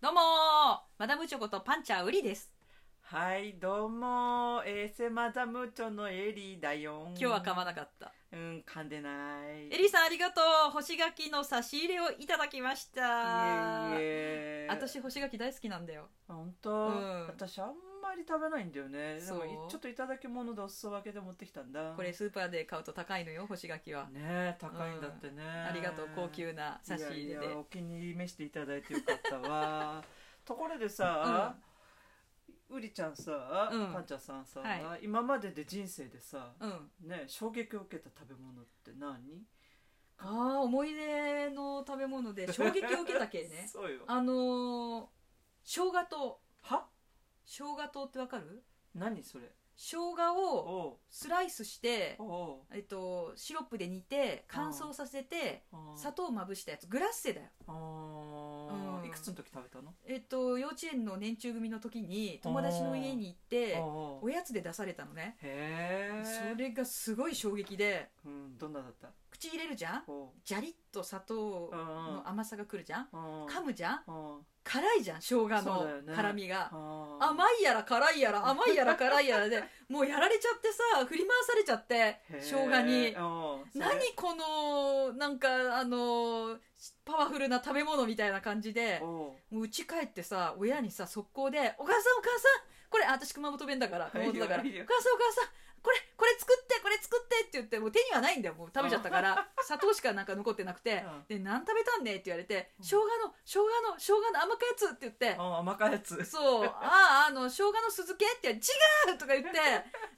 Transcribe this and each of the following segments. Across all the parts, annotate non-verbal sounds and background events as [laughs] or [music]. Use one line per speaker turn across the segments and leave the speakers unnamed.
どうもーマダムチョコとパンチャーウリです
はい、どうも、エセマザムーチョのエリーだよ。
今日は噛まなかった、
うん、噛んでない。
エリさんありがとう干し柿の差し入れをいただきました
いえいえ。
私干し柿大好きなんだよ
本当、
うん
私あんまり食べないんだよね。で
そう
もちょっといただき物でお裾分けで持ってきたんだ。
これスーパーで買うと高いのよ干し柿は、
ねえ、高いんだってね。
ありがとう高級な差し入れで
いやいやお気に入り召していただいてよかった
[laughs]
わところでさ、うりちゃんさ、
うん
かんちゃんさんさ、
は
今までで人生でさ、
うん
ね衝撃を受けた食べ物って何
あー思い出の食べ物
[laughs]
で衝撃を受けたけね
そうよ
あのー、生姜糖
は
生姜糖ってわかる
何それ
生姜を
おう
スライスして
おうお
えっと、シロップで煮て乾燥させて
うあー
砂糖をまぶしたやつグラッセだよ
あー
うん
いくつの時食べたの
えっと幼稚園の年中組の時に友達の家に行って
おうおう
おやつで出されたのね
へえ
それがすごい衝撃で
うんどんなだった
口入れるじゃん
おう
ジャリッと砂糖
うん
の甘さがくるじゃん
うん
噛むじゃん
うん
辛いじゃん生姜
そう
の
だよね
辛みが
あー
甘いやら辛いやら甘いやら辛いや
[laughs]
らでもうやられちゃってさ振り回されちゃって
へー
生姜に
おうそれ
何このなんかあのパワフルな食べ物みたいな感じで
おう
もう家帰ってさ親にさ速攻で「お母さんお母さんこれあ私熊本弁だから熊本だからお
は
母
い
さ
はい
んお母さんこれこれ作ってこれ作って」って言ってもう手にはないんだよもう食べちゃったから
[laughs]
砂糖しかなんか残ってなくて
うん
「で何食べたんね?」って言われて「
うん
生姜の生姜の生姜の甘くやつ」って言って
あ甘かやつ
そう、ああ、あの、生姜の酢漬けって、違うとか言っ
[laughs]
て、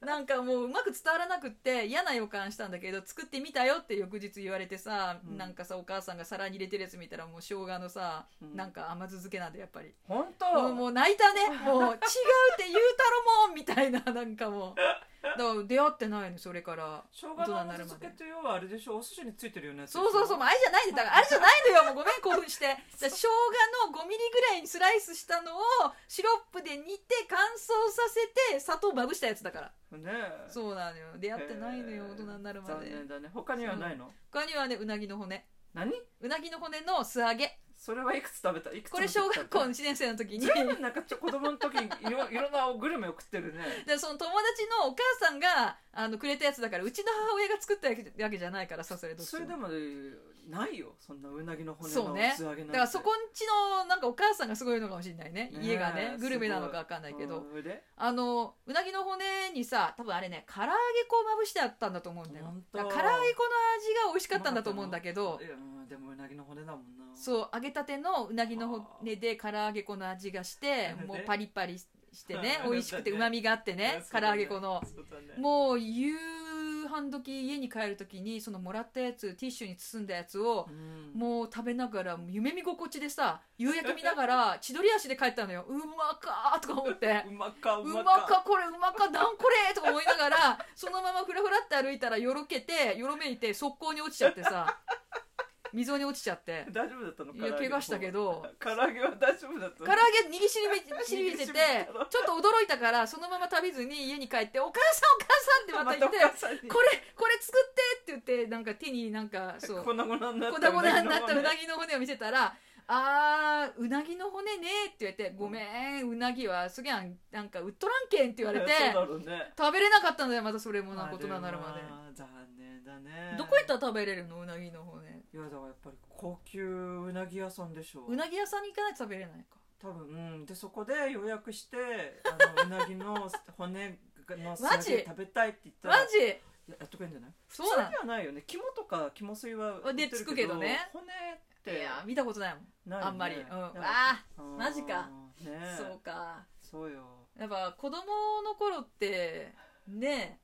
なんかもううまく伝わらなくって嫌な予感したんだけど、作ってみたよって翌日言われてさ、
うん
なんかさ、お母さんが皿に入れてるやつ見たらもう生姜のさ、
うん
なんか甘酢漬けなんだやっぱり。
本
もう
当
もう泣いたね。もう違うって言うたろもんみたいな、なんかもう。だから出会ってないの、それから。
生姜
大人
の
になる
味
ま
付
で
けって要はあれでしょお寿司についてるようなやつ
そうそうそう、もうあれじゃないで、だからあれじゃないのよ、もうごめん、興奮して。じゃあ生姜の5ミリぐらいにスライスしたのを、シロップで煮て乾燥させて、砂糖まぶしたやつだから。
うねえ
そうなのよ。出会ってないのよ、
へえ
大人になるまで
残。念だね他にはないの
他にはね、うなぎの骨。
何
うなぎの骨の素揚げ。
それはいくつ食べたいくつ
これ小学校
に
1年生の時に。
[laughs] なんかちょ子供の時にいろいろんなグルメを食ってるね
でその友達のお母さんがあのくれたやつだからうちの母親が作ったわけじゃないからさそれどっち
そ
も
れでもないよそんなうなぎの骨
そう
の
ね
素揚げなんて、
だからそこんちのなんかお母さんがすごいのかもしれないね
ねえ
家がね
すご
グ
い
ルメなのかわかんないけど、
うんで
あのうなぎの骨にさ多分あれね唐揚げ粉をまぶしてあったんだと思うんだよ
本当
だから唐揚げ粉の味が美味しかったんだと思うんだけど
いやうんでもうなぎの骨だもんなう
そう揚げたてのうなぎの骨で唐揚げ粉の味がして
ね
もうパリパリしてね
[laughs] ね
美味しくてうまみがあ
[laughs]
ってね唐揚げ粉の
そうだね
もう夕飯時家に帰る時にそのもらったやつティッシュに包んだやつを
うん
もう食べながら夢見心地でさ夕焼け見ながら千鳥足で帰ったのようまかーとか思って
うま [laughs] かう
う
まか
まかこれうまかなんこれとか思いながらそのままふらふらって歩いたらよろけてよろめいて速攻に落ちちゃってさ溝に落ちちゃって
大丈夫だったの
いや怪我したけ
ど
ど
唐揚げは大丈夫だっ
唐
たの
揚げ握りしりびれててちょっと驚いたからそのまま食べずに家に帰って「お母さんお母さん」ってまた言って
お母さんに
「 [laughs] これこれ作って」って言ってなんか手になんかそう
粉々になった
粉々になったう
ぎ
なぎの骨を見せたら「あーうなぎの骨ね」って言われて「ごめんうなぎはすげえなんかうっとらんけん」って言われて
[laughs] そうだろうね
食べれなかったんだよまたそれもなことななるま
あれ
で
は残念だね
どこ行ったら食べれるのうなぎの骨
いやだからやっぱり高級うなぎ屋さんでしょ
うなぎ屋さんに行かないと食べれないか
多分うんでそこで予約してあのうなぎの骨の素
マ
揚
ジ
げ食べたいって言ったら
マジ
ややっとくれんじゃない
そうな
普通にはないよね肝とか肝水は売ってる
でつくけどね
骨っ
のい
て
や見たことないもん
ないよね
あんまり、うん、
だ
あ
か
あ
ら
マジか
うんねえ
そうか
そうよ
やっぱ子供の頃ってね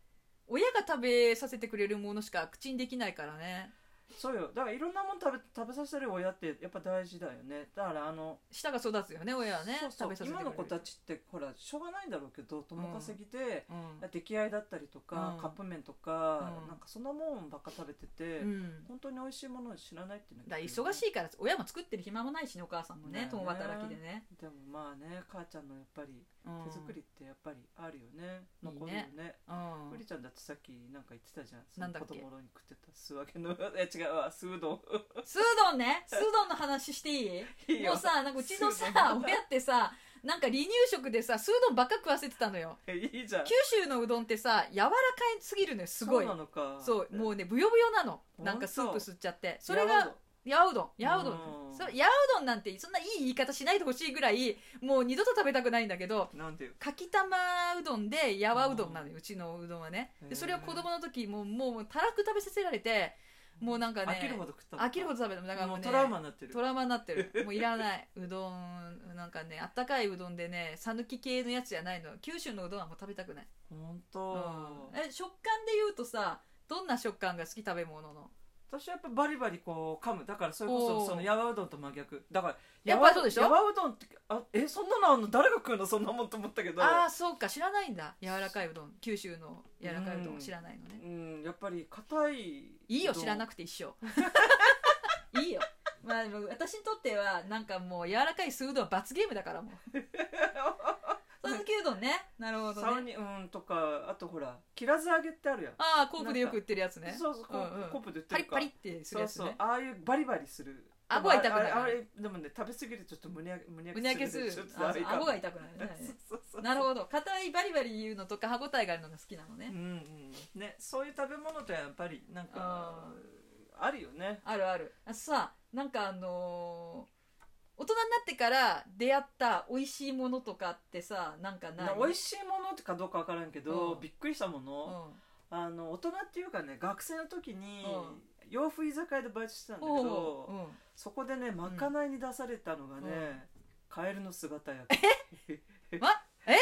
親が食べさせてくれるものしか口にできないからね
そうよだからいろんなもの食べ食べさせる親ってやっぱ大事だよねだからあの
舌が育つよね親はね
そうそ
食
う
べさせてくれる
今の子たちってほらしょうがないんだろうけど友稼ぎで、
う
出来合いだったりとか、
うん
カップ麺とか、
うん
なんかそんなもんばっか食べてて、
ん、うん、
本当に美味しいものを知らないっていうの
だから忙しいから親も作ってる暇もないしねお母さんもね
ね
共働きでね、
でもまあね母ちゃんのやっぱり
うん、
手作りってやっぱりあるよね、
うん
残るよね
う
ふ
ん
りちゃんだってさっきなんか言ってたじゃん
なんだっけ
子供の頃に食ってた素揚げのえ違う違うわ酢
[laughs]
うどん
スードンねスードンの話していい
[laughs] いいよ
もうさなんかうちのさ
スードン
[laughs] 親ってさなんか離乳食でさスードンばっか食わせてたのよ
えいいじゃん
九州のうどんってさ柔らかいすぎるのよすごい
そうなのか
そうもうねぶよぶよなの
当
なんかスープ吸っちゃってそれがやうどんやうどん
うん
そうやうどんなんてそんないい言い方しないでほしいぐらいもう二度と食べたくないんだけど
なんていう
かきたまうどんでやわうどんなのようちのうどんはね
へー
でそれを子供の時もうもうたらく食べさせられてもうなんかね
飽きるほど食ったのか
飽きるほど食べただからも
も
う
う
ね
トラウマになってる
トラウマになって
[laughs]
るもういらないうどんなんかねあったかいうどんでね讃岐系のやつじゃないの九州のうどんはもう食べたくない、
本
う
当、
ん、え食感で言うとさどんな食感が好き食べ物の
私はやっぱバリバリこう噛むだからそれこ
おー
そそのやわうどんと真逆だから
やっぱりそうでしょ
やわうどんってあえそんなのあんの誰が食うのそんなもんと思ったけど
ああそうか知らないんだ柔らかいうどん九州の柔らかいうどんを知らないのね、
うんやっぱり硬い
いいよ知らな
く
くて一
[laughs]
緒いいよまあでも私にとってはなんかもう柔らかい酢うどんは罰ゲームだからも
[laughs]
うさぬきうどんねなるほ
サ
ど
ウ
ね
ニうんとかあとほら切らず揚げってあるやん
ああコープでよく売ってるやつね
そうそうコ,、
うんうん
コップで売って
パリ
る
ッ
か
パリってするやつ
そうそう
ね
ああいうバリバリする
顎は痛くない
でもあれあれでもね食べ過ぎるとちょっと胸焼け胸
胸焼けする
ちょっと
あ
あ
そう
れか
顎が痛くなるね
[laughs] そうそうそう
なるほど硬いバリバリ言うのとか歯ごたえがあるのが好きなの
う
ね
んうんねそういう食べ物とやっぱりなんか
あ
あるよね
あるあるあさなんかあのー大人になってから出会った美味しいものとかってさなんかない
美味
しい、
しいものかどうかわからんけど、
うん
びっくりしたも
うん
の,、あの大人っていうかね学生の時に
うん
洋風居酒屋でバイトしてたんだけ
ほう
ど、
ほ
そこでねまかないに出されたのがね、カエルの姿焼き [laughs]
ううんま
え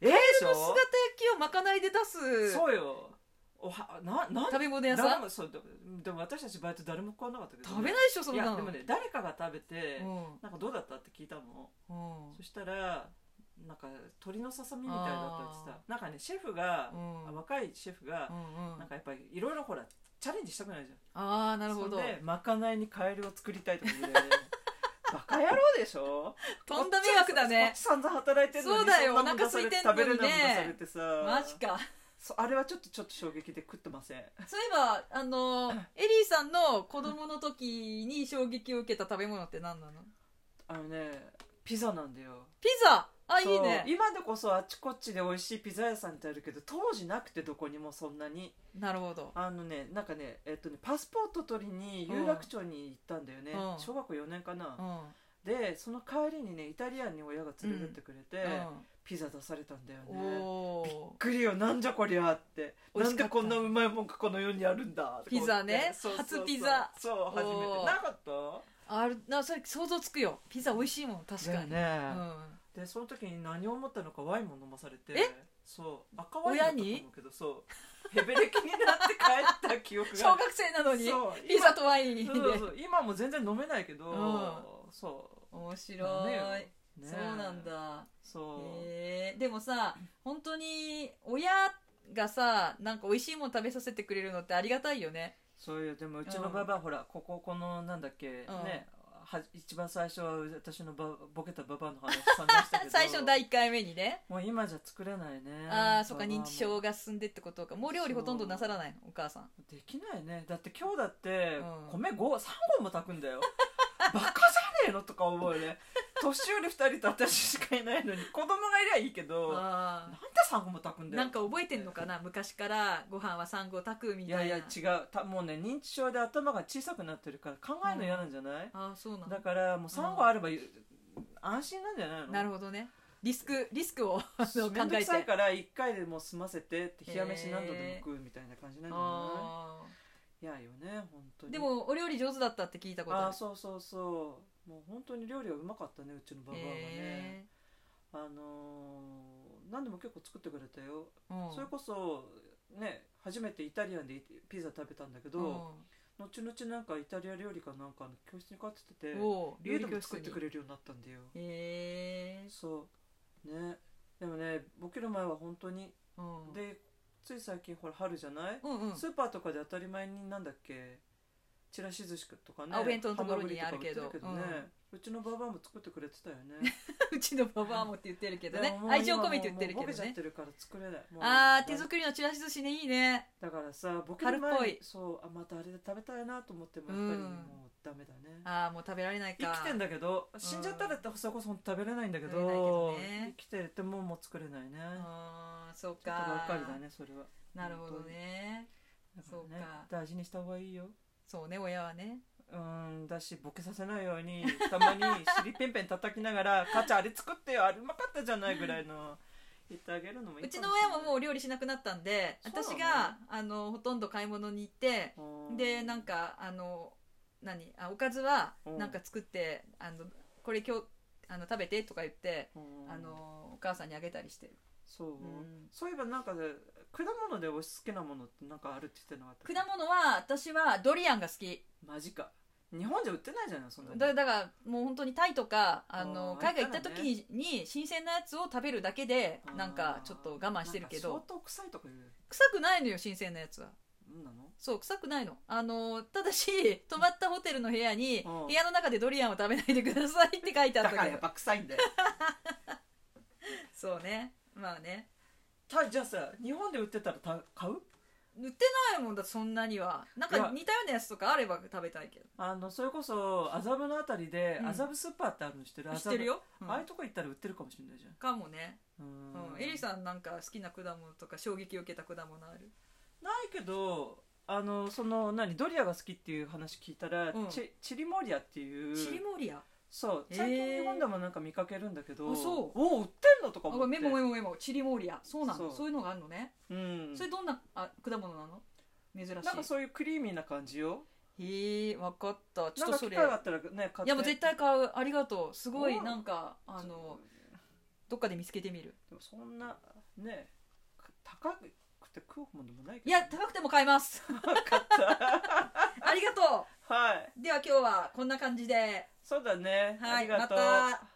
えでし
その姿焼きをまかないで出す
そうよおはななん
食べ物屋さ
誰
ん
もそうでもでも私たちバイト誰も食わなかったけどね、
食べないでしょそん
い
な
や
の
でもね誰かが食べて、
うん
なんかどうだったって聞いたの
うん
そしたらなんか鳥のささみみたいだったって言って
あ
たなんかねシェフが
う、ん
あ若いシェフが
う、んうん
なんかやっぱりいろいろほらチャレンジしたくないじゃん
ああなるほど
そんでまかないにカエルを作りたいと
[laughs]
か言うねバカ野郎でしょ
とんだ迷惑だね
こっちさんざん働いてるのに
そうだよ
んなもん出され
お腹空いてんのにね
食べれないもん出されてさ
マジか
そうあれはちょっとちょっと衝撃で食ってません
そういえばあのエリーさんの子供の時に衝撃を受けた食べ物って何なの
あのねピザなんだよ
ピザあいい
そう
ね
今でこそあちこちで美味しいピザ屋さんってあるけど当時なくてどこにもそんなに
なるほど
あのねなんかねえっとねパスポート取りに有楽町に行ったんだよね、
うん
小学校4年かな
う、ん
でその帰りにねイタリアンに親が連れてってくれて、ピザ出されたんだよ
うん
ね
お
びっ
お
くりよなんじゃこりゃって
美味
な
し
ん
か
で
った
こんなうまいもんがこの世にあるんだ
ピザね
とか思って
初ピザ
そうそう初め
おー
てなかっ
あるなそれ想像つくよピザ美味しいもん
た
確かに、
だ
う
よね、
ん、
でその時に何を思ったのかワインも飲まされて
え
そう赤ワインだったと
親
思
に
うけど
[laughs]
そうへべれきになって帰った記憶が
小学生なのに
そう
ピザとワインで
今そうそう今も全然飲めないけど、
うん
そう
面白
ダ
い
メよ、ね
そうなんだ
そう、
へえでもさ本当に親がさなんか美味しいもの食べさせてくれるのってありがたいよね
そういうでもうちのババア、ほらこここのなんだっけ、ねは一番最初は私のバボケたババアの話さんでしたけ
[laughs]
ど
最初の第1回目にね
もう今じゃ作れないね
ああそっか
ババア
認
も
知症が進んでってことかもう料理ほとんどなさらないのお母さん
できないねだって今日だって
うん
米五3合も炊くんだよ [laughs] バカじゃねえのとか思うよね年寄り2人と私しかいないのに子供がいりゃいいけどなんで
あ
3合も炊くん
ー
だよ
なんか覚えてんのかな昔からご飯は産後炊くみ
い
た
や
い
い
な
や違うたもうね認知症で頭が小さくなってるから考えるの嫌なんじゃない、
ああそうなんだ
だからもう3合あれば安心なんじゃないの
なるほどねリスクリスクをあの
めん
考
ど
えて
くさいから1回でもう済ませてって
へー
冷や飯何度でも食うみたいな感じなんじゃな
あ
いいやよね本当
ー
に
でもお料理上手だったって聞いたことある
あーそうそうそうもう本当に料理はうまかったねうちのババアはね
へ
あのー何でも結構作ってくれたよ
えうん
それこそね初めてイタリアンでピザ食べたんだけど後々なんかイタリア料理かなんかの教室に通ってて
うんおー
家でも作ってく
料理教室に
れるようになったんだよ
へえ
そうねでもね僕の前は本当に
うん
でつい最近ほら春じゃない、
うんうん
スーパーとかで当たり前になんだっけちらし寿司とかね
あお弁当のところにあるけど
ハマグリとか売ってたねうちのばばあも作ってくれてたよ
[laughs]
ね
うちのババアもって言ってるけど
で
ね
ももう
愛情込めて言ってる
もう
け
ボケ
ど
ちゃっ
ね
てるから作れないもう
あー手作りのちらし寿司ねいいね
だからさボケ
春っ
る
ぽ
前
い
にそうあまたあれで食べたいなと思ってもやっぱり
うん
もうダメだね、
ああもう食べられない
生
か
きてんだけど死んじゃったらってそれこそ食べれないんだけど,、
食べれないけどね
生きてるってもうもう作れないね、
あーそう
ちょっとば
か
っかりだねそれは
なるほどね
だから
そうか
大事にした方がいいよ
そうね親はね
うんだしボケさせないように [laughs] たまに尻ペンペン叩きながら「母ちゃんあれ作ってよあれうまかったじゃない」ぐらいの言ってあげるのもいいうか
ち
も
の
しれ
親
ない
ももうお料理しなくなったんで
そうなの
私があのほとんど買い物に行って
うん
でなんかあの何あおかずは
うん
なんか作ってあのこれ今日あの食べてとか言って
うん
あのお母さんにあげたりしてる、
そう、
うん
そういえばなんかね果物でお好きなものってなんかあるって言ってなかった
果物は私はドリアンが好き
マジか日本じゃ売ってないじゃないそんなの
だだからもう本当にタイとかあ
あ
の
ー
海外行った時に,、新鮮なやつを食べるだけでなんかちょっと我慢してるけ
なん
ど
か相当臭いとか言う
臭くないのよ新鮮なやつは
うんなの
そう臭くないのあのただし泊まったホテルの部屋に
うん
部屋の中でドリアンを食べないでくださいって書いてあ
だ
った
から
け
や
ど
っぱ臭いんだよ
そうねまあね
[laughs] たじゃあさ日本で売ってたらた買う
塗ってないもんだそんなにはなん
い
か
や
似たようなやつとかあれば食べたいけど
あのそれこそ麻布のあたりで
うん
麻布スーパーってあるの知ってる
知ってるよ、う
麻布
ん
ああいうとこ行ったら売ってるかもしれないじゃん
かもね、
う
うん、エリさんなんか好きな果物とか衝撃を受けた果物ある
ないけどあのその何ドリアが好きっていう話聞いたら、
うん
チチリモリアっていう
チリモリア
そう
へー
最近日本でもなんか見かけるんだけど、
あそう
おお売ってんのとか
あ
思って
メモメモメモチリモリアそうなの
そう
そういうのがあるのね、
うん、
それどんなあ果物なの珍しい
なんかそういうクリーミーな感じよ
へえ分かったちょ
な
っと
んか
そ
機
れ
会があったらね買って
いやもう絶対買うありがとうすごい
うん
なんかあのどっかで見つけてみる
でもそんなねか高くて食うもんでもないけど
いや高くても買います
[laughs] 分かった
ありがと
はいう
では今日はこんな感じで
そうだね、
は
あ
い
りが
ま
とう
た